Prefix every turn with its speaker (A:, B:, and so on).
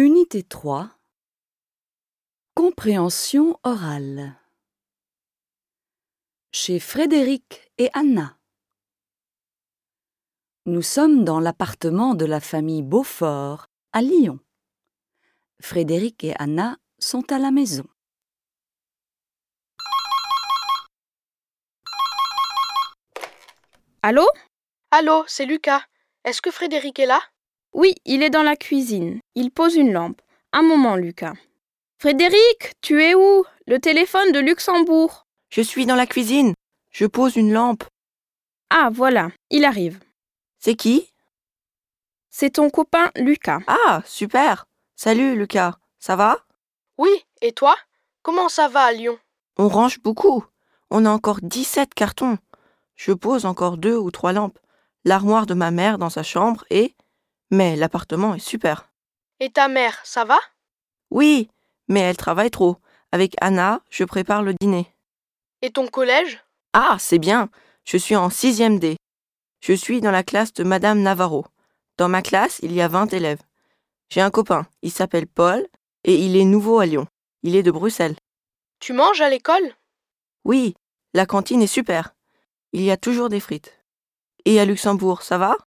A: Unité 3 Compréhension orale Chez Frédéric et Anna Nous sommes dans l'appartement de la famille Beaufort à Lyon. Frédéric et Anna sont à la maison.
B: Allô
C: Allô, c'est Lucas. Est-ce que Frédéric est là
B: Oui, il est dans la cuisine. Il pose une lampe. Un moment, Lucas. Frédéric, tu es où Le téléphone de Luxembourg.
D: Je suis dans la cuisine. Je pose une lampe.
B: Ah, voilà, il arrive.
D: C'est qui
B: C'est ton copain Lucas.
D: Ah, super. Salut Lucas, ça va
C: Oui, et toi Comment ça va à Lyon
D: On range beaucoup. On a encore 17 cartons. Je pose encore deux ou trois lampes. L'armoire de ma mère dans sa chambre et... Mais l'appartement est super.
C: Et ta mère, ça va
D: Oui, mais elle travaille trop. Avec Anna, je prépare le dîner.
C: Et ton collège
D: Ah, c'est bien. Je suis en sixième D. Je suis dans la classe de Madame Navarro. Dans ma classe, il y a 20 élèves. J'ai un copain. Il s'appelle Paul et il est nouveau à Lyon. Il est de Bruxelles.
C: Tu manges à l'école
D: Oui, la cantine est super. Il y a toujours des frites. Et à Luxembourg, ça va